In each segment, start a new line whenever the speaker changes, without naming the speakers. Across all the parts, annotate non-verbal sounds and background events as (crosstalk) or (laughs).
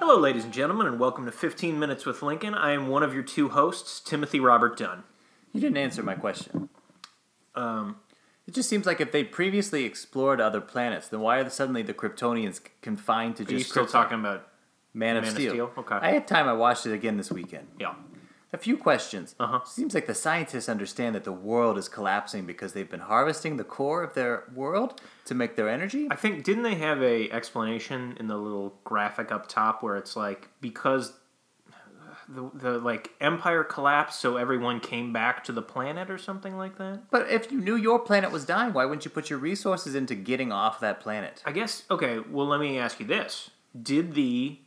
Hello, ladies and gentlemen, and welcome to 15 Minutes with Lincoln. I am one of your two hosts, Timothy Robert Dunn. Um,
You didn't answer my question. Um, it just seems like if they previously explored other planets, then why are suddenly the Kryptonians c- confined to
Are you
just
still
Krypton?
talking about?
Man, of,
Man of
Steel.
Steel? Okay.
I had time. I watched it again this weekend.
Yeah.
A few questions.
Uh-huh.
Seems like the scientists understand that the world is collapsing because they've been harvesting the core of their world to make their energy.
I think didn't they have a explanation in the little graphic up top where it's like because the, the like empire collapsed, so everyone came back to the planet or something like that.
But if you knew your planet was dying, why wouldn't you put your resources into getting off that planet?
I guess okay. Well, let me ask you this: Did the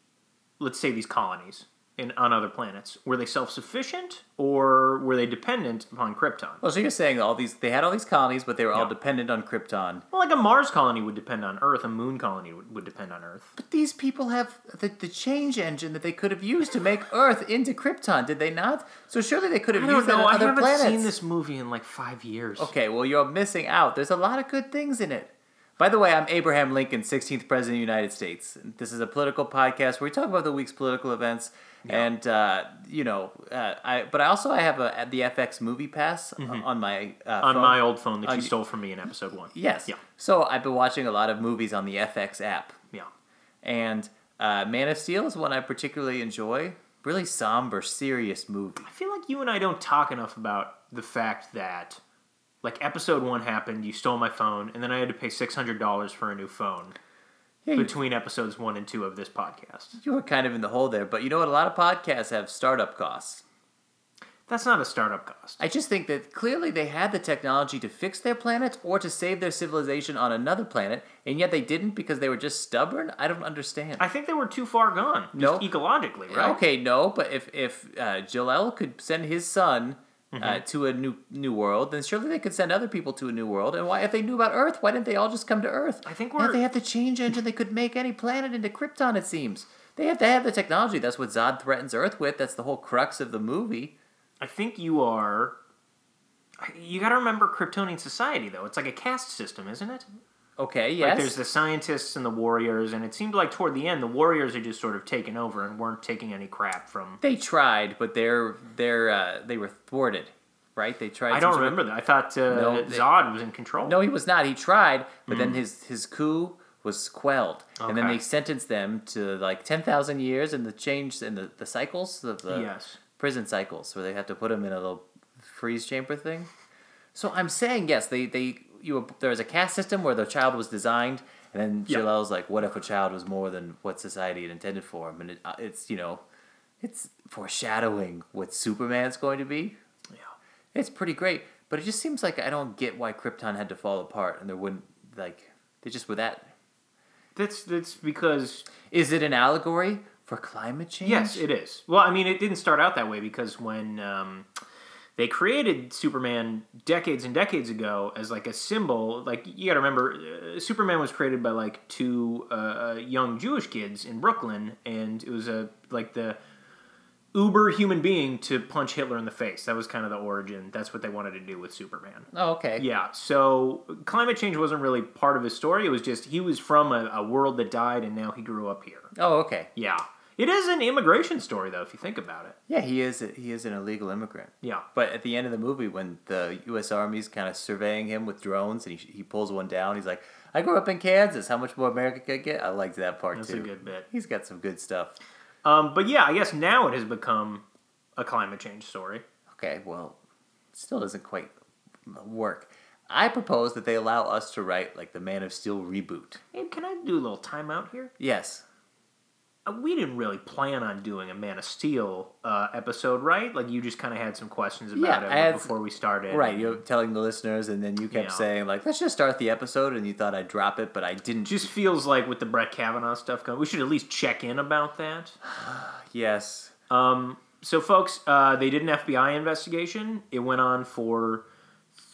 let's say these colonies in on other planets were they self sufficient or were they dependent upon Krypton?
Well, so you're saying all these they had all these colonies, but they were all
Yeah.
dependent on Krypton.
Well, like a Mars colony would depend on Earth, a Moon colony would, would depend on Earth.
But these people have the, the change engine that they could have used to make Earth into Krypton, did they not? So surely they could have
I
used
don't
that
know.
on
I
other
haven't
planets.
seen this movie in like five years.
Okay, well you're missing out. There's a lot of good things in it. By the way, I'm Abraham Lincoln, 16th President of the United States. This is a political podcast where we talk about the week's political events, and uh, you know, uh, I. But I also I have a the FX Movie Pass on my uh,
Mm-hmm. on
phone.
my old phone that
On
you
y-
stole from me in episode one.
Yes.
uh, Yeah.
So I've been watching a lot of movies on the FX app,
Yeah.
and uh, Man of Steel is one I particularly enjoy. Really somber, serious movie.
I feel like you and I don't talk enough about the fact that, like, episode one happened, you stole my phone, and then I had to pay $600 for a new phone
Yeah, you,
between episodes one and two of this podcast.
you were kind of in the hole there, but you know what? A lot of podcasts have startup costs.
That's not a startup cost.
I just think that clearly they had the technology to fix their planet or to save their civilization on another planet, and yet they didn't because they were just stubborn. I don't understand.
I think they were too far gone, just
No.
ecologically, right?
Okay, no, but if if uh, Jalel could send his son uh, to a new new world, then surely they could send other people to a new world. And why, if they knew about Earth, why didn't they all just come to Earth?
I think
Now
we're-
they have the change engine. They could make any planet into Krypton. It seems they have to have the technology. That's what Zod threatens Earth with. That's the whole crux of the movie.
I think you are. You got to remember Kryptonian society, though. It's like a caste system, isn't it?
Okay, yes.
Like there's the scientists and the warriors, and it seemed like toward the end the warriors are just sort of taken over and weren't taking any crap from.
They tried, but they're they're uh, they were thwarted, right? They
I
tried. some
don't
sort of-
remember that. I thought uh,
No, they-
Zod was in control.
No, he was not. He tried, but then his his coup was quelled, and then
Hmm. Okay.
they sentenced them to like ten thousand years and the change in the, the cycles of the
Yes.
prison cycles, where they have to put him in a little freeze chamber thing. So I'm saying yes, they they you were, there was a caste system where the child was designed, and then
Yeah.
Jalel's like, what if a child was more than what society had intended for him? And it, uh, it's you know, it's foreshadowing what Superman's going to be.
Yeah.
It's pretty great, but it just seems like I don't get why Krypton had to fall apart and there wouldn't like they just were that.
That's that's because
Is it an allegory for climate change?
yes, it is. Well, I mean, it didn't start out that way because when um, they created Superman decades and decades ago as like a symbol, like you got to remember, uh, Superman was created by like two uh, uh, young Jewish kids in Brooklyn, and it was a like the uber human being to punch Hitler in the face. That was kind of the origin. That's what they wanted to do with Superman.
Oh, okay.
Yeah, so climate change wasn't really part of his story. It was just he was from a, a world that died and now he grew up here.
Oh, okay.
Yeah. It is an immigration story, though, if you think about it.
Yeah, he is. He is an illegal immigrant.
Yeah.
But at the end of the movie, when the U.S. Army's kind of surveying him with drones, and he, he pulls one down, he's like, "I grew up in Kansas. How much more America could get?" I liked that part
That's
too.
a good bit.
He's got some good stuff.
Um, but yeah, I guess now it has become a climate change story.
Okay, well, still doesn't quite work. I propose that they allow us to write like the Man of Steel reboot.
Hey, can I do a little timeout here?
Yes.
Uh, We didn't really plan on doing a Man of Steel uh, episode, right? Like, you just kind of had some questions about
Yeah,
it
I had-
before we started.
Right, you're telling the listeners, and then you kept
Yeah.
saying like, "Let's just start the episode," and you thought I'd drop it, but I didn't.
Just feels like with the Brett Kavanaugh stuff going, we should at least check in about that.
yes,
Um, so, folks, uh, they did an FBI investigation. It went on for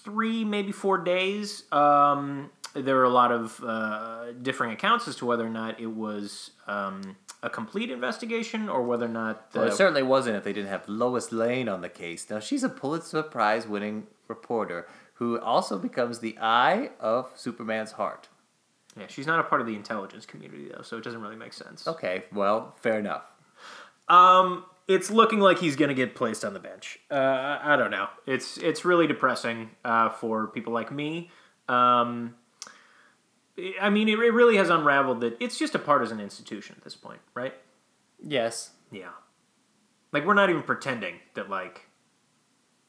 three, maybe four days. Um, there were a lot of uh, differing accounts as to whether or not it was um, a complete investigation or whether or not the.
well, it certainly wasn't if they didn't have Lois Lane on the case. Now she's a Pulitzer Prize-winning reporter who also becomes the eye of Superman's heart.
Yeah, she's not a part of the intelligence community though, so it doesn't really make sense.
Okay, well, fair enough.
Um, it's looking like he's going to get placed on the bench. Uh, I I don't know. It's it's really depressing uh, for people like me. Um, I mean, it, it really has unraveled that it's just a partisan institution at this point, right?
Yes.
Yeah. Like we're not even pretending that like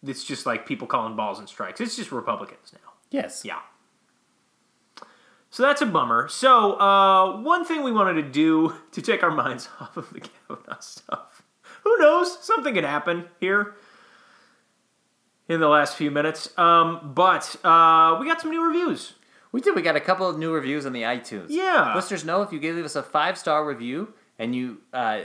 it's just like people calling balls and strikes. It's just Republicans now.
Yes.
Yeah. So that's a bummer. So uh, one thing we wanted to do (laughs) to take our minds off of the Kavanaugh (laughs) stuff. Who knows? Something could happen here in the last few minutes. Um, but uh, we got some new reviews.
We did. We got a couple of new reviews on the iTunes.
Yeah.
Listeners know if you give us a five star review and you uh,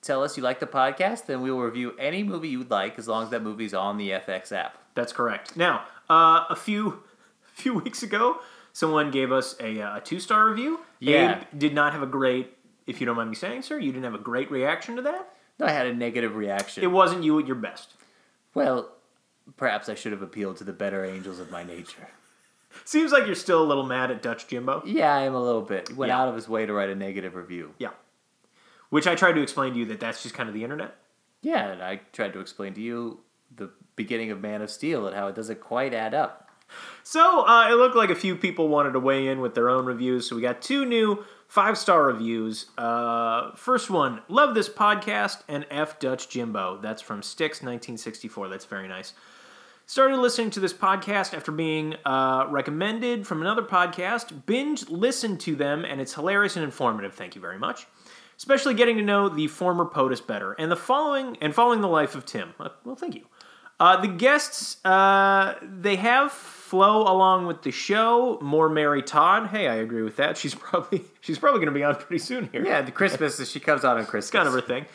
tell us you like the podcast, then we will review any movie you'd like as long as that movie's on the FX app.
That's correct. Now, uh, a few (laughs) few weeks ago, someone gave us a, uh, a two star review.
Yeah.
Abe did not have a great. If you don't mind me saying, sir, you didn't have a great reaction to that.
No, I had a negative reaction.
It wasn't you at your best.
well, perhaps I should have appealed to the better angels of my nature.
Seems like you're still a little mad at Dutch Jimbo.
Yeah, I am a little bit. Went
Yeah.
out of his way to write a negative review.
Yeah. Which I tried to explain to you that that's just kind of the internet.
Yeah, and I tried to explain to you the beginning of Man of Steel and how it doesn't quite add up.
So uh, it looked like a few people wanted to weigh in with their own reviews. So we got two new five star reviews. Uh, first one, love this podcast and F Dutch Jimbo. That's from Styx 1964. That's very nice. Started listening to this podcast after being uh, recommended from another podcast. Binge listened to them, and it's hilarious and informative. Thank you very much. Especially getting to know the former POTUS better, and the following and following the life of Tim. Uh, Well, thank you. Uh, the guests uh, they have flow along with the show. More Mary Todd. Hey, I agree with that. She's (laughs) probably she's probably going to be on pretty soon here.
Yeah, the Christmas she comes out on Christmas.
It's kind of her thing.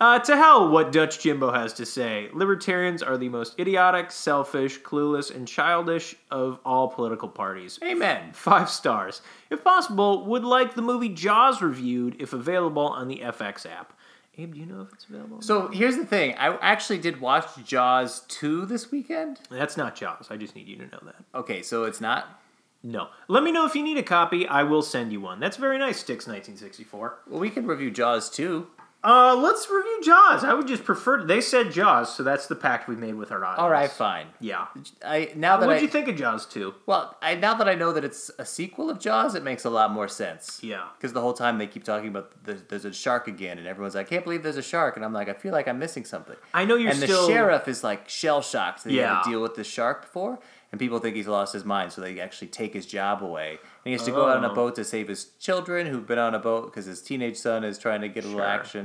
Uh, to hell what Dutch Jimbo has to say. Libertarians are the most idiotic, selfish, clueless, and childish of all political parties.
Amen.
Five stars. If possible, would like the movie Jaws reviewed if available on the FX app. Abe, do you know if it's available?
So here's the thing. I actually did watch Jaws 2 this weekend.
That's not Jaws. I just need you to know that.
Okay, so it's not.
No. Let me know if you need a copy. I will send you one. That's very nice, Sticks 1964.
Well, we can review Jaws 2.
Uh, let's review Jaws. I would just prefer. They said Jaws, so that's the pact we made with our audience.
All right, fine.
Yeah.
I now that
What'd
I
you think of Jaws 2?
well, I now that I know that it's a sequel of Jaws, it makes a lot more sense.
Yeah.
Because the whole time they keep talking about there's, there's a shark again, and everyone's like, I can't believe there's a shark. And I'm like, I feel like I'm missing something.
I know you're
and
still-
the sheriff is like shell shocked that he had
Yeah.
to deal with the shark before, and people think he's lost his mind, so they actually take his job away. And he has to go out on a
Oh.
boat to save his children who've been on a boat because his teenage son is trying to get a little
Sure.
action,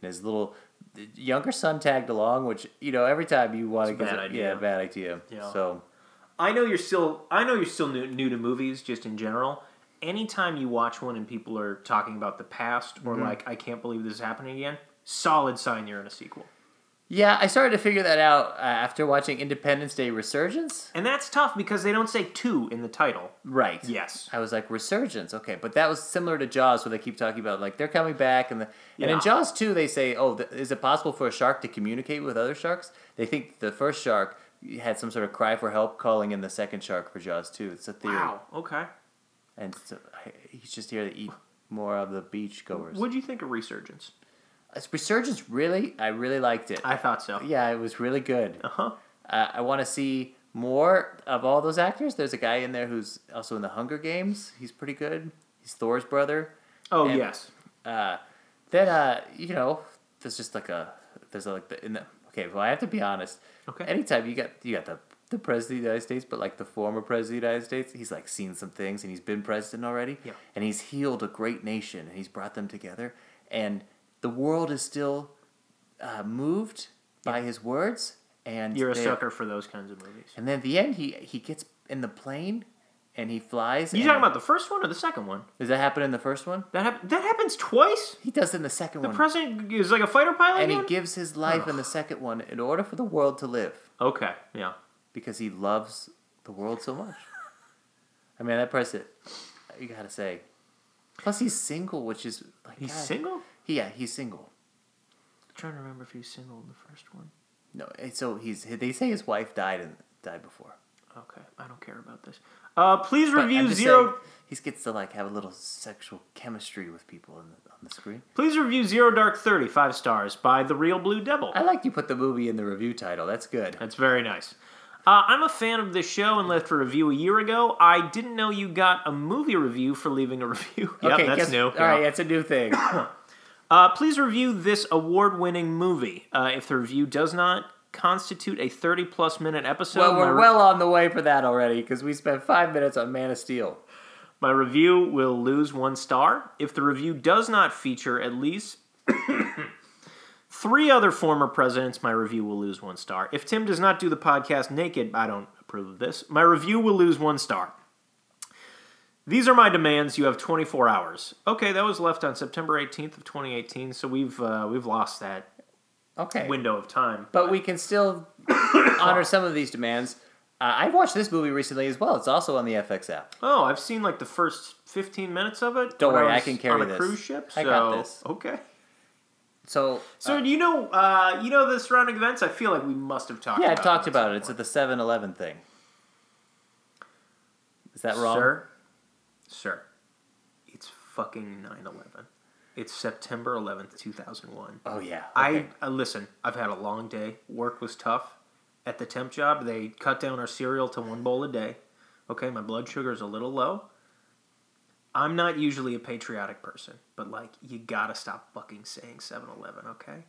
and his little younger son tagged along, which, you know, every time you want to
a
get.
bad
Yeah,
idea.
bad idea.
Yeah.
So.
I know you're still. I know you're still new, new to movies, just in general. Anytime you watch one and people are talking about the past or
Mm-hmm.
like, I can't believe this is happening again, solid sign you're in a sequel.
Yeah, I started to figure that out uh, after watching Independence Day Resurgence.
And that's tough because they don't say two in the title.
Right.
Yes.
I was like Resurgence, okay, but that was similar to Jaws, where they keep talking about like they're coming back, and the and
Yeah.
in Jaws two they say, oh, th- is it possible for a shark to communicate with other sharks? They think the first shark had some sort of cry for help, calling in the second shark for Jaws two. It's a theory,
Wow. Okay.
and so, I, he's just here to eat more of the beachgoers.
What'd you think of Resurgence?
It's Resurgence really, I really liked it.
I thought so.
yeah, it was really good.
Uh huh.
Uh, I want to see more of all those actors. There's a guy in there who's also in the Hunger Games. He's pretty good. He's Thor's brother.
Oh
And-
yes.
Uh, then uh, you know, there's just like a there's like the in the okay. Well, I have to be honest.
Okay.
Anytime you got you got the the president of the United States, but like the former president of the United States, he's like seen some things and he's been president already.
Yeah.
And he's healed a great nation and he's brought them together and the world is still uh, moved by his words. And
You're a
they're-
sucker for those kinds of movies.
and then at the end, he he gets in the plane and he flies.
You
and-
talking about the first one or the second one?
Does that happen in the first one?
That hap- that happens twice.
He does in the second
The
one.
president is like a fighter pilot.
and he
again?
gives his life in the second one in order for the world to live
okay. Yeah.
because he loves the world so much. I mean, that president, you gotta say. Plus, he's single, which is like
He's
God.
single.
He- yeah, he's single.
trying to remember if he was single in the first one.
No, and so he's they say his wife died and died before.
Okay, I don't care about this. Uh, please
But I'm
review
just
zero.
saying, he gets to like have a little sexual chemistry with people on the, on the screen.
Please review Zero Dark Thirty five stars by the Real Blue Devil.
I like you put the movie in the review title. That's good.
That's very nice. Uh, I'm a fan of this show and left a review a year ago. I didn't know you got a movie review for leaving a (laughs) review. yep, that's
guess-
new.
All right, it's a new (coughs) thing.
Uh, please review this award winning movie. Uh, if the review does not constitute a 30 plus minute episode,
well,
my,
we're
re-
well on the way for that already because we spent five minutes on Man of Steel.
my review will lose one star. If the review does not feature at least (coughs) three other former presidents, my review will lose one star. If Tim does not do the podcast naked, I don't approve of this. My review will lose one star. These are my demands. You have 24 hours. Okay, that was left on September 18th of 2018, so we've uh, we've lost that
Okay,
window of time.
but we can (coughs) still honor some of these demands. Uh, I watched this movie recently as well. It's also on the FX app.
Oh, I've seen like the first fifteen minutes of it.
Don't
when
worry, I
was
can carry
on a
this.
cruise ship. So,
I got this.
Okay.
So,
So
uh,
do you know, uh, you know the surrounding events. I feel like we must have talked.
yeah, I
about
talked
them at
about it. It's
some
at the 7-Eleven thing. Is that
point.
wrong?
sir. Sir, it's fucking 9-11. It's September eleventh, two thousand one.
Oh yeah.
I
okay.
uh, listen. I've had a long day. Work was tough. At the temp job, they cut down our cereal to one bowl a day. Okay, my blood sugar is a little low. I'm not usually a patriotic person, but like, you gotta stop fucking saying 7 Eleven, okay?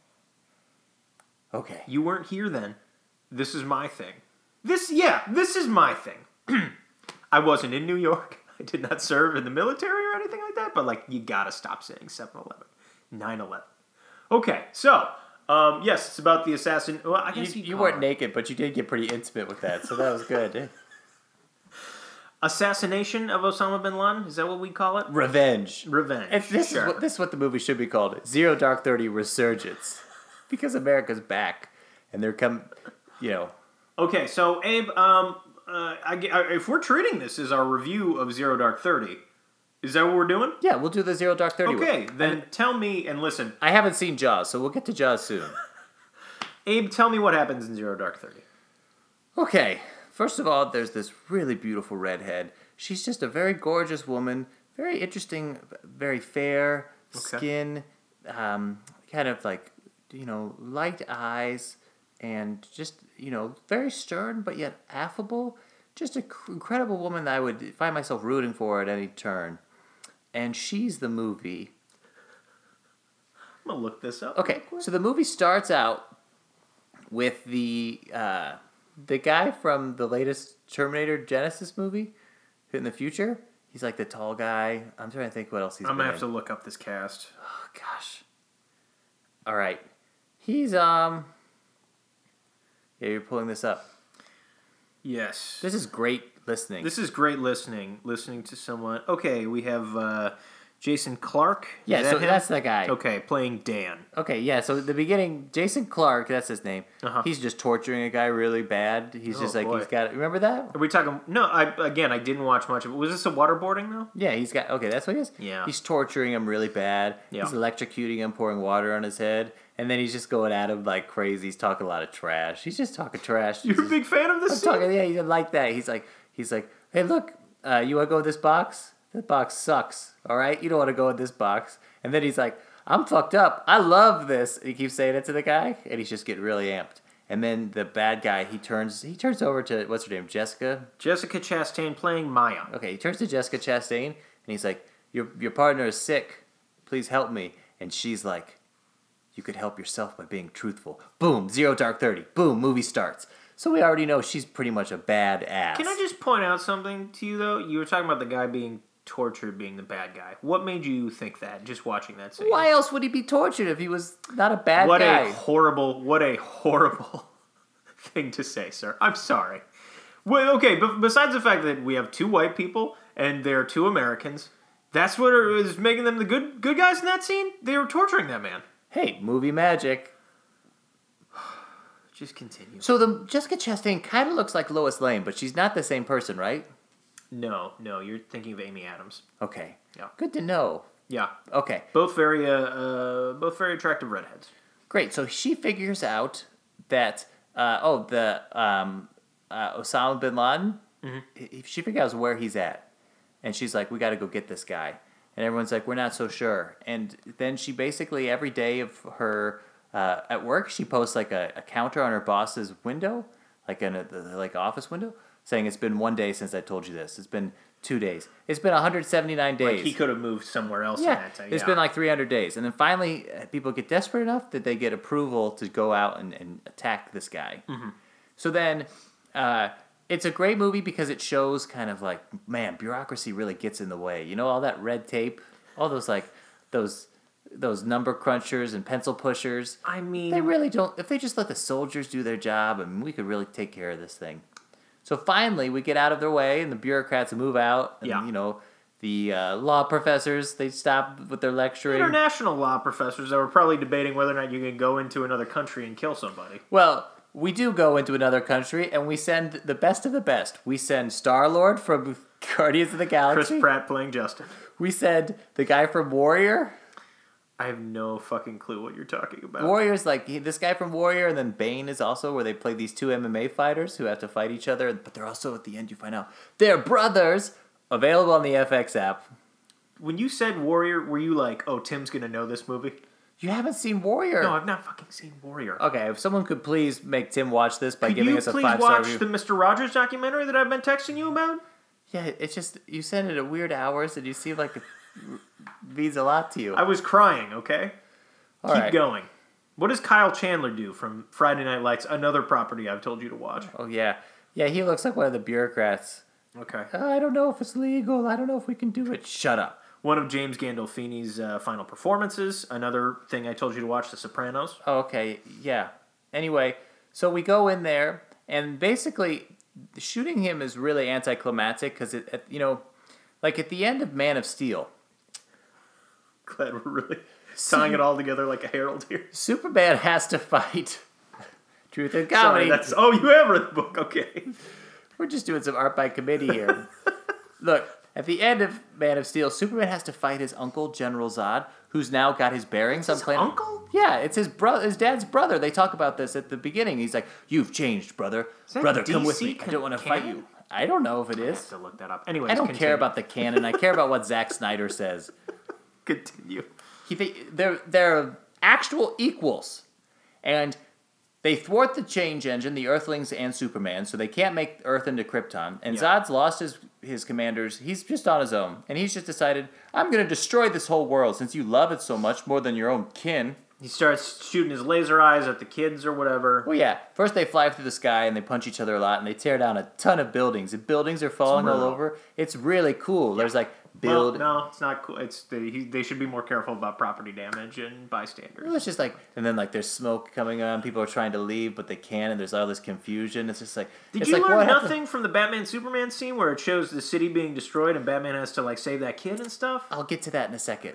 okay.
You weren't here then. This is my thing. This, yeah, this is my thing. (clears throat) I wasn't in New York. (laughs) I did not serve in the military or anything like that, but like, you gotta stop saying 7 Eleven, 9 11. Okay, so, um, yes, it's about the assassin. Well, I
You,
guess
you
call
weren't
it-
naked, but you did get pretty intimate with that, so that was (laughs) good.
Assassination of Osama bin Laden? Is that what we call it?
Revenge.
Revenge.
It's, this,
Sure.
is what, this is what the movie should be called: Zero Dark Thirty Resurgence, because America's back, and they're come, you know,
Okay, so Abe, um, uh, I, ge- I- if we're treating this as our review of Zero Dark Thirty, is that what we're doing?
yeah, we'll do the Zero Dark Thirty. one.
Okay, then tell me and listen,
I haven't seen Jaws, so we'll get to Jaws soon.
Abe. Tell me what happens in Zero Dark Thirty.
Okay, first of all, there's this really beautiful redhead. She's just a very gorgeous woman, very interesting, very fair
Okay.
skin, um, kind of like, you know, light eyes, and just, you know, very stern but yet affable. Just an incredible woman that I would find myself rooting for at any turn. And she's the movie.
I'm gonna look this up.
Okay, so the movie starts out with the uh, the guy from the latest Terminator Genesis movie in the future. He's like the tall guy. I'm trying to think what else he's.
I'm gonna
been
have to
in.
look up this cast.
Oh gosh. All right, he's um. Yeah, you're pulling this up.
Yes, this,
This is great listening.
is great listening. Listening to someone. Okay, we have uh, Jason Clark. Is
yeah,
that
so
him?
that's the guy.
okay playing Dan.
Okay, yeah. So at the beginning, Jason Clark, that's his name.
Uh-huh.
He's just torturing a guy really bad. He's just
Oh,
like
boy.
he's got. Remember that?
Are we talking? No, I again, I didn't watch much of it. Was this a waterboarding though?
Yeah, he's got okay. That's what he is.
Yeah.
he's torturing him really bad.
Yeah.
he's electrocuting him, pouring water on his head, and then he's just going at him like crazy. He's talking a lot of trash. He's just talking trash. He's
You're a
just-
big fan of this.
I'm
scene?
talking. Yeah, he's like that. He's like, he's like, hey, look, uh, you want to go with this box? That box sucks. All right, you don't want to go with this box. And then he's like, I'm fucked up. I love this. And he keeps saying it to the guy, and he's just getting really amped. And then the bad guy, he turns, he turns over to what's her name, Jessica.
Jessica Chastain playing Maya.
Okay, he turns to Jessica Chastain and he's like, "Your your partner is sick. Please help me." And she's like, "You could help yourself by being truthful." Boom, zero dark thirty. Boom, movie starts. So we already know she's pretty much a bad ass.
Can I just point out something to you though? You were talking about the guy being tortured being the bad guy. What made you think that just watching that scene?
Why else would he be tortured if he was not a bad
What
guy?
a horrible, what a horrible (laughs) thing to say, sir. I'm sorry. Well, okay, but besides the fact that we have two white people and they're two Americans, that's what is making them the good good guys in that scene? They were torturing that man.
hey, movie magic.
Just continue.
So the Jessica Chastain kind of looks like Lois Lane, but she's not the same person, right?
No, no, you're thinking of Amy Adams.
Okay.
Yeah.
Good to know.
Yeah.
Okay.
Both very uh, uh both very attractive redheads.
Great. So she figures out that uh, oh the um, uh, Osama bin Laden
Mm-hmm.
If she figures out where he's at, and she's like, "We got to go get this guy," and everyone's like, "We're not so sure." And then she basically every day of her uh, at work, she posts like a, a counter on her boss's window, like in a, the, the, like office window, saying, "It's been one day since I told you this. It's been two days. It's been 179 days."
Like he could have moved somewhere else. in
Yeah,
that time.
it's
yeah.
been like 300 days, and then finally, uh, people get desperate enough that they get approval to go out and, and attack this guy.
Mm-hmm.
So then, uh, it's a great movie because it shows kind of like, man, bureaucracy really gets in the way. You know, all that red tape, all those like those those number crunchers and pencil pushers.
I mean,
They really don't. If they just let the soldiers do their job, I mean, we could really take care of this thing. So finally, we get out of their way, and the bureaucrats move out. And,
Yeah.
You know, the uh, law professors they stop with their lecturing.
international law professors that were probably debating whether or not you can go into another country and kill somebody.
Well, we do go into another country, and we send the best of the best. We send Star Lord from (laughs) Guardians of the Galaxy.
Chris Pratt playing Justin.
We send the guy from Warrior.
I have no fucking clue what you're talking about.
Warrior's like he, this guy from Warrior, and then Bane is also where they play these two MMA fighters who have to fight each other, but they're also at the end you find out they're brothers. Available on the FX app.
when you said Warrior, were you like, oh, Tim's gonna know this movie?
You haven't seen Warrior.
No, I've not fucking seen Warrior.
okay, if someone could please make Tim watch this by
Could
Uh, giving
you
us a
please
five star
watch
review.
the Mr. Rogers documentary that I've been texting you about?
yeah, it's just you send it at weird hours, and you seem like it means a lot to you.
I was crying, okay?
All
Keep
right.
going. What does Kyle Chandler do from Friday Night Lights, another property I've told you to watch?
Oh yeah, yeah. He looks like one of the bureaucrats. Uh,
Okay.
I don't know if it's legal. I don't know if we can do it. Shut up.
One of James Gandolfini's uh, final performances, another thing I told you to watch, The Sopranos. (laughs)
Oh, okay, yeah. Anyway, so we go in there, and basically, shooting him is really anticlimactic because it, at- you know, like at the end of Man of Steel,
Glad we're really tying it all together like a herald here.
Superman (laughs) has to fight. (laughs) Truth and
Sorry,
comedy.
that's oh, you have read the book, okay?
We're just doing some art by committee
(laughs)
here. Look, at the end of Man of Steel, Superman has to fight his uncle General Zod, who's now got his bearings on
His
planet.
uncle?
Yeah, it's his brother, his dad's brother. They talk about this at the beginning. He's like, "You've changed, brother.
that
Brother, come with
DC
me. I don't want to
canon?
fight you." I don't know if it
I have
is.
to look that up. Anyways,
I don't
continue.
care about the canon. I care
(laughs)
about what Zack Snyder says.
continue.
He th- they're they're actual equals, and they thwart the change engine, the Earthlings and Superman, so they can't make Earth into Krypton. And
Yeah.
Zod's lost his his commanders. He's just on his own, and he's just decided I'm going to destroy this whole world since you love it so much more than your own kin.
He starts shooting his laser eyes at the kids or whatever.
Well, yeah. First, they fly through the sky and they punch each other a lot, and they tear down a ton of buildings. And buildings are falling all
brutal.
over. It's really cool. There's like
Well,
build.
no, it's not cool. It's the, he, they should be more careful about property damage and bystanders.
It's just like, and then like there's smoke coming on. People are trying to leave, but they can't, and there's all this confusion. It's just like,
Did
it's
you
like,
learn
what
nothing
happened-
from the Batman Superman scene where it shows the city being destroyed and Batman has to like save that kid and stuff?
I'll get to that in a second.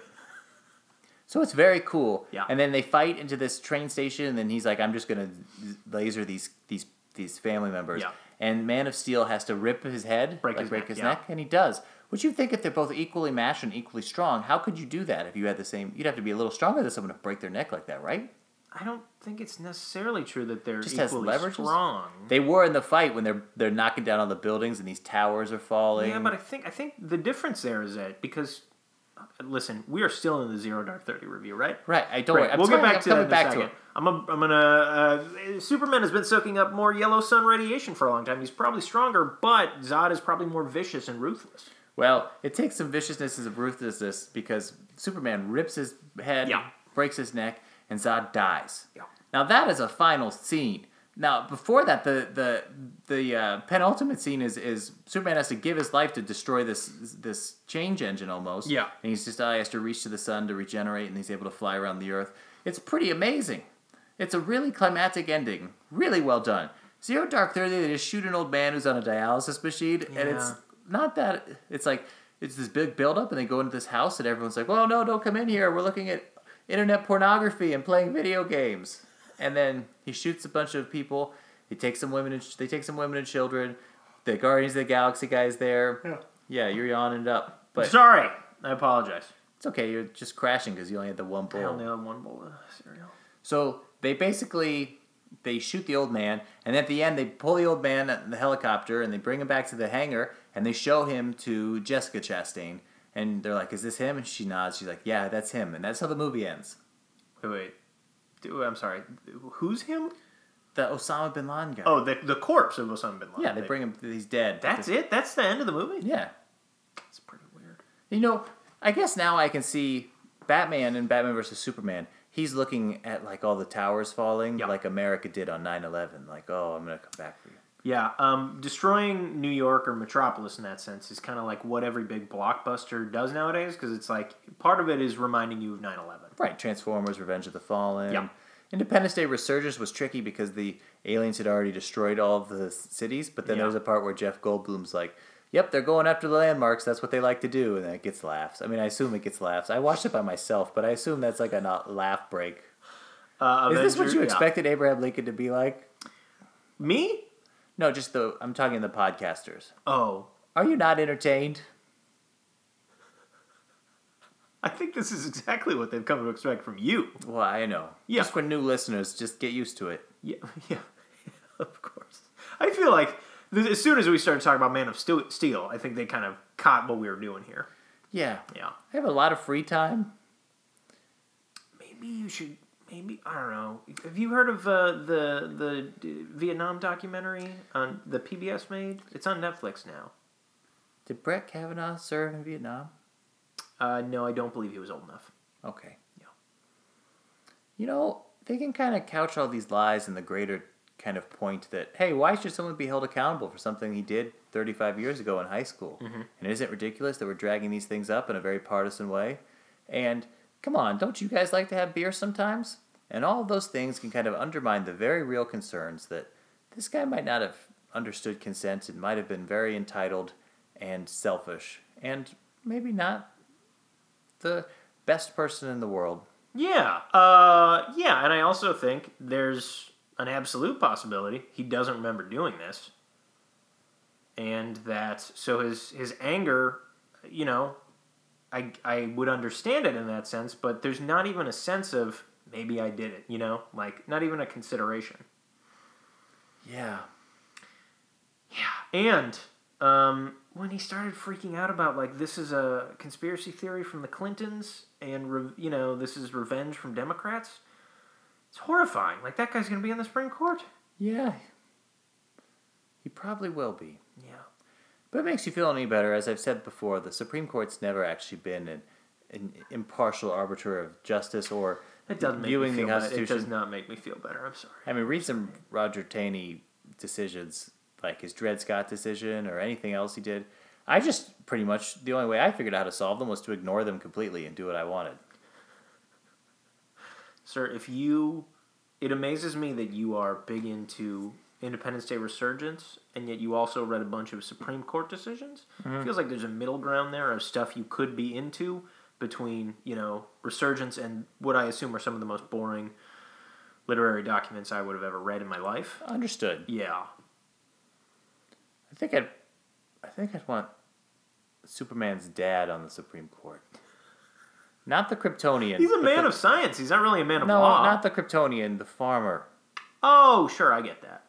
So it's very cool.
Yeah.
And then they fight into this train station, and then he's like, "I'm just gonna z- laser these these these family members."
Yeah.
And Man of Steel has to rip his head,
Break
like,
his
break
neck,
his
yeah.
neck, and he does. Would you think if they're both equally mashed and equally strong, how could you do that if you had the same? You'd have to be a little stronger than someone to break their neck like that, right?
I don't think it's necessarily true that they're
Just has
equally
leverages?
strong.
They were in the fight when they're they're knocking down all the buildings and these towers are falling.
Yeah, but I think I think the difference there is that because uh, listen, we are still in the zero dark thirty review, right?
Right. I don't.
Great.
Worry. I'm
we'll
sorry,
get back
I'm
to that
coming
in a
back
second.
to it.
I'm, a, I'm gonna. Uh, Superman has been soaking up more yellow sun radiation for a long time. He's probably stronger, but Zod is probably more vicious and ruthless.
Well, it takes some viciousness and some ruthlessness because Superman rips his head,
Yeah.
breaks his neck, and Zod dies.
Yeah.
Now that is a final scene. Now before that, the the the uh, penultimate scene is is Superman has to give his life to destroy this this change engine almost.
Yeah.
and he's just uh, he has to reach to the sun to regenerate, and he's able to fly around the Earth. It's pretty amazing. It's a really climactic ending. Really well done. Zero Dark Thirty, they just shoot an old man who's on a dialysis machine, and it's
Yeah.
not that. It's like it's this big buildup, and they go into this house, and everyone's like, "Well, no, don't come in here. We're looking at internet pornography and playing video games." And then he shoots a bunch of people. He takes some women. And they take some women and children. The Guardians of the Galaxy guys there.
Yeah.
yeah, you're yawning it up, but
Sorry, I apologize.
it's okay. You're just crashing because you only had the one
I
bowl.
only have one bowl of cereal.
So they basically they shoot the old man, and at the end they pull the old man in the helicopter and they bring him back to the hangar and they show him to Jessica Chastain. And they're like, "Is this him?" And she nods. She's like, "Yeah, that's him." And that's how the movie ends.
Wait, wait. Do- I'm sorry. Who's him?
The Osama bin Laden guy.
Oh, the, the corpse of Osama bin Laden.
yeah, they bring him. He's dead.
That's it. That's the end of the movie.
Yeah,
That's pretty weird.
You know, I guess now I can see Batman and Batman versus Superman. He's looking at like all the towers falling,
Yeah.
like America did on 9/11. Like, oh, I'm gonna come back for you.
Yeah, um, destroying New York or Metropolis in that sense is kind of like what every big blockbuster does nowadays because it's like part of it is reminding you of 9 11.
Right, Transformers: Revenge of the Fallen.
Yeah.
Independence Day Resurgence was tricky because the aliens had already destroyed all of the s- cities, but then
Yeah.
there was a part where Jeff Goldblum's like, "Yep, they're going after the landmarks. That's what they like to do," and then it gets laughs. I mean, I assume it gets laughs. I watched it by myself, but I assume that's like a not laugh break.
Uh,
Is this what
Avenger-
you
yeah.
expected Abraham Lincoln to be like?
Me?
No, just the I'm talking the podcasters.
Oh,
Are you not entertained?
I think this is exactly what they've come to expect from you.
Well, I know.
Yeah.
Just for new listeners, just get used to it.
Yeah, (laughs) yeah, of course. I feel like th- as soon as we started talking about Man of Stu- Steel, I think they kind of caught what we were doing here.
Yeah.
Yeah.
I have a lot of free time.
Maybe you should. Maybe I don't know. Have you heard of uh, the the d- Vietnam documentary on the PBS made? It's on Netflix now.
Did Brett Kavanaugh serve in Vietnam?
Uh, no, I don't believe he was old enough.
Okay.
Yeah.
You know, they can kind of couch all these lies in the greater kind of point that, hey, why should someone be held accountable for something he did 35 years ago in high school? And isn't it ridiculous that we're dragging these things up in a very partisan way? And come on, don't you guys like to have beer sometimes? And all of those things can kind of undermine the very real concerns that this guy might not have understood consent and might have been very entitled and selfish and maybe not the best person in the world.
Yeah, uh, yeah, and I also think there's an absolute possibility he doesn't remember doing this, and that so his his anger, you know, I I would understand it in that sense, but there's not even a sense of maybe I did it, you know, like not even a consideration.
Yeah.
And um, when he started freaking out about like this is a conspiracy theory from the Clintons, and re- you know this is revenge from Democrats, it's horrifying. Like that guy's gonna be on the Supreme Court.
Yeah. He probably will be.
Yeah,
But it makes you feel any better. As I've said before, the Supreme Court's never actually been an, an impartial arbiter of justice or
it doesn't make
viewing
me feel
the
better. It
Constitution.
does not make me feel better. I'm sorry.
I mean, read some Roger Taney decisions, like his Dred Scott decision or anything else he did. I just pretty much, the only way I figured out how to solve them was to ignore them completely and do what I wanted.
Sir, if you. It amazes me that you are big into Independence Day resurgence, and yet you also read a bunch of Supreme Court decisions.
Mm-hmm.
It feels like there's a middle ground there of stuff you could be into between, you know, resurgence and what I assume are some of the most boring literary documents I would have ever read in my life.
Understood.
Yeah.
I think I'd, I think I'd want Superman's dad on the Supreme Court. Not the Kryptonian.
He's a
but
man
the-
of science. He's not really a man of
no,
law.
not the Kryptonian. The farmer.
Oh, sure, I get that.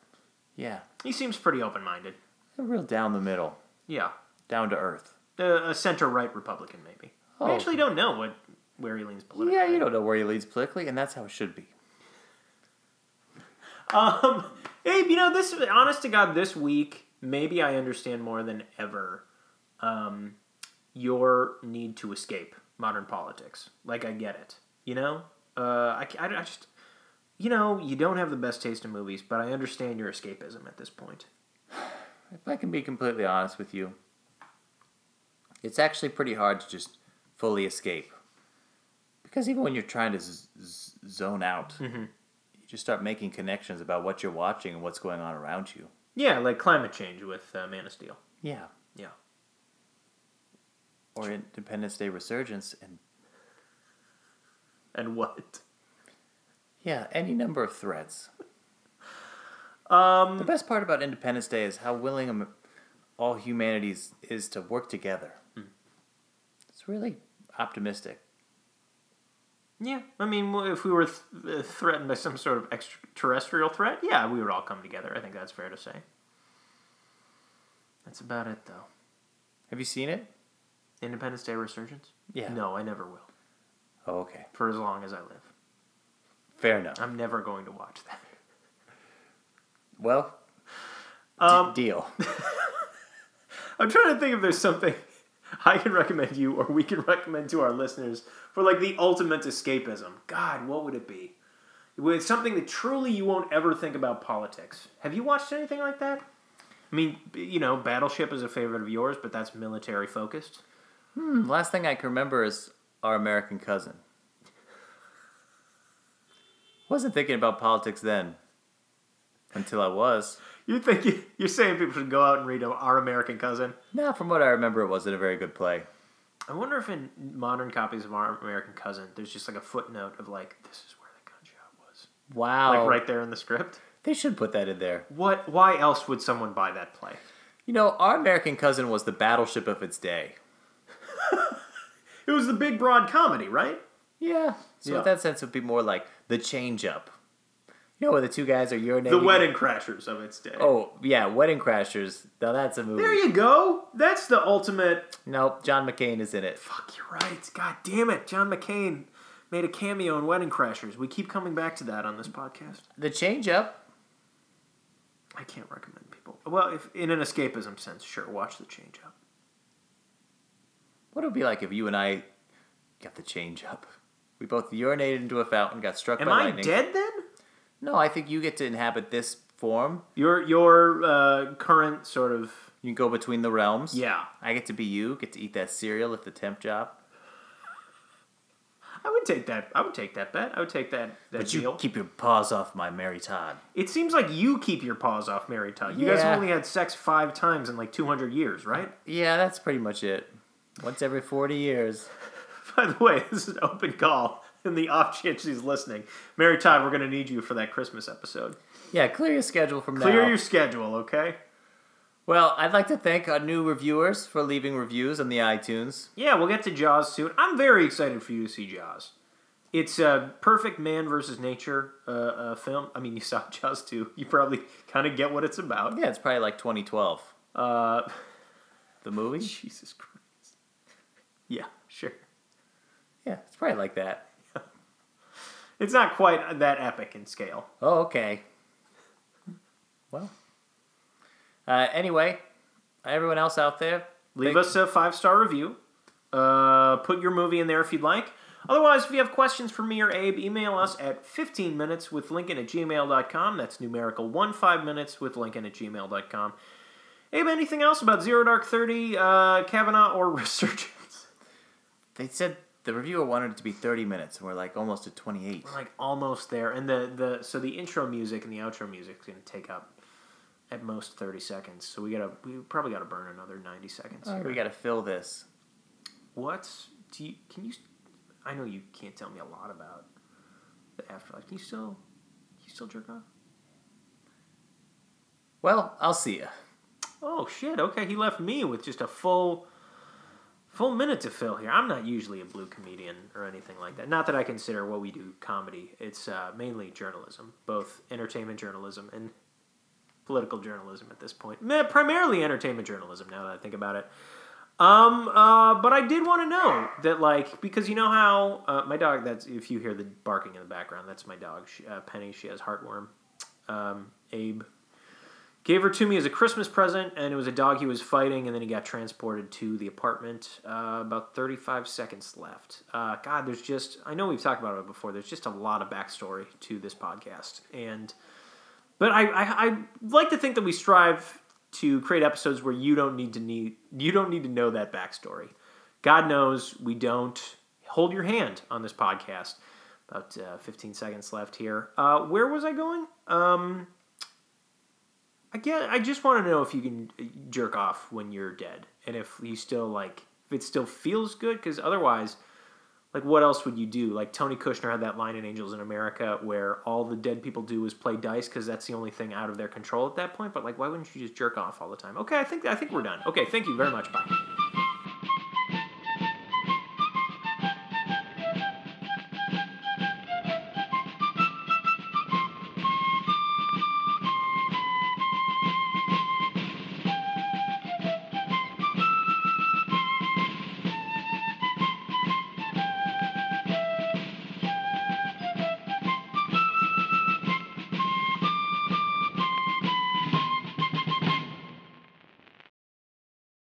Yeah,
He seems pretty open minded.
a real down the middle,
Yeah.
down to earth.
a, a center-right Republican, maybe. I
Oh.
actually don't know what where he leans politically.
Yeah, you don't know where he leads politically, and that's how it should be.
Um, (laughs) Abe, you know this. Honest to God, this week maybe I understand more than ever um, your need to escape modern politics. Like I get it. You know, uh, I, ca- I, I just you know you don't have the best taste in movies, but I understand your escapism at this point.
If I can be completely honest with you, it's actually pretty hard to just fully escape, because even when you're trying to z- z- zone out,
Mm-hmm.
you just start making connections about what you're watching and what's going on around you.
Yeah, like climate change with uh, Man of Steel.
Yeah.
Yeah.
or Independence Day Resurgence, and
And what?
yeah, any number of threats.
Um,
The best part about Independence Day is how willing am- all humanity is- is
Hmm.
to work together. It's really optimistic.
Yeah, I mean, well, if we were th- uh, threatened by some sort of extraterrestrial threat, yeah, we would all come together. I think that's fair to say. That's about it, though.
Have you seen it?
Independence Day Resurgence?
Yeah.
No, I never will.
Oh, okay.
For as long as I live,
Fair enough.
I'm never going to watch that.
Well, d-
Um, (laughs)
deal.
I'm trying to think if there's something (laughs) I can recommend you or we can (laughs) recommend to our listeners for like the ultimate escapism. God, what would it be? With something that truly you won't ever think about politics. Have you watched anything like that? I mean, b- you know, Battleship is a favorite of yours, but that's military focused.
Hmm, Last thing I can remember is our American cousin. Wasn't thinking about politics then. Until I was.
You're thinking, you're saying people should go out and read uh, Our American Cousin.
Now, from what I remember, it wasn't a very good play.
I wonder if in modern copies of Our American Cousin, there's just like a footnote of like, this is where the gunshot was.
Wow.
Like right there in the script.
They should put that in there.
What? Why else would someone buy that play?
You know, our American cousin was the battleship of its day.
It was the big broad comedy, right?
Yeah. So
Yeah.
in that sense, it would be more like the change up. You know, where the two guys are urinating.
The Wedding Crashers of its day.
Oh yeah, Wedding Crashers. Now that's a movie.
There you go. That's the ultimate.
nope, John McCain is in it.
Fuck, you're right. God damn it. John McCain made a cameo in Wedding Crashers. We keep coming back to that on this podcast.
The change up.
I can't recommend people. Well, if in an escapism sense, sure, watch The Change Up.
What it would be like if you and I got the change up? We both urinated into a fountain, got struck
Am
by
I
lightning.
dead then?
No, I think you get to inhabit this form.
Your your uh, current sort of
You can go between the realms.
yeah.
I get to be you. Get to eat that cereal at the temp job.
I would take that. I would take that bet. I would take that that
But you
deal.
keep your paws off my Mary Todd.
It seems like you keep your paws off Mary Todd. You guys
Yeah.
have only had sex five times in like 200 years, right?
Yeah, that's pretty much it. Once every 40 years.
By the way, this is an open call. In the off chance she's listening, Mary Todd, we're going to need you for that Christmas episode.
Yeah, clear your schedule from
Clear
now.
your schedule, okay?
well, I'd like to thank our new reviewers for leaving reviews on the iTunes.
Yeah, we'll get to Jaws soon. I'm very excited for you to see Jaws. It's a perfect man versus nature uh, uh, film. I mean, you saw (laughs) Jaws too. You probably kind of get what it's about.
Yeah, it's probably like 2012.
Uh,
(laughs) The movie?
Jesus Christ. Yeah, sure.
Yeah, it's probably like that.
It's not quite that epic in scale.
Oh, okay. Well. Uh, anyway, everyone else out there,
Leave
Thank-
us a five star review. Uh, put your movie in there if you'd like. Otherwise, if you have questions for me or Abe, email us at 15 minutes with Lincoln at gmail.com. That's numerical 1 5 minutes with Lincoln at gmail.com. Abe, anything else about Zero Dark 30, uh, Kavanaugh, or (laughs) Resurgence?
they said the reviewer wanted it to be 30 minutes, and we're like almost at 28.
We're like almost there. And the, the so the intro music and the outro music is going to take up at most 30 seconds. So we gotta we probably got to burn another 90 seconds.
All right,
here.
we got to fill this.
What do you can you? I know you can't tell me a lot about the afterlife. Can you still, you still jerk off?
Well, I'll see ya.
Oh shit! Okay, he left me with just a full, full minute to fill here. I'm not usually a blue comedian or anything like that. Not that I consider what we do comedy. It's uh, mainly journalism, both entertainment journalism and political journalism at this point. Meh, Primarily entertainment journalism. Now that I think about it. Um, uh, but I did want to know that, like, because you know how uh, my dog. That's if you hear the barking in the background, that's my dog, she, uh, Penny. She has heartworm. Um, Abe gave her to me as a Christmas present, and it was a dog he was fighting, and then he got transported to the apartment. Uh, about 35 seconds left. Uh, God, there's just, I know we've talked about it before, there's just a lot of backstory to this podcast. And, but I, I, I like to think that we strive to create episodes where you don't need to need, you don't need to know that backstory. God knows we don't hold your hand on this podcast. About uh, 15 seconds left here. Uh, where was I going? Um, I get. I just want to know if you can uh, jerk off when you're dead, and if you still like, if it still feels good. Because otherwise, like, what else would you do? Like Tony Kushner had that line in Angels in America where all the dead people do is play dice because that's the only thing out of their control at that point. But like, why wouldn't you just jerk off all the time? Okay, I think I think we're done. Okay, thank you very much. Bye.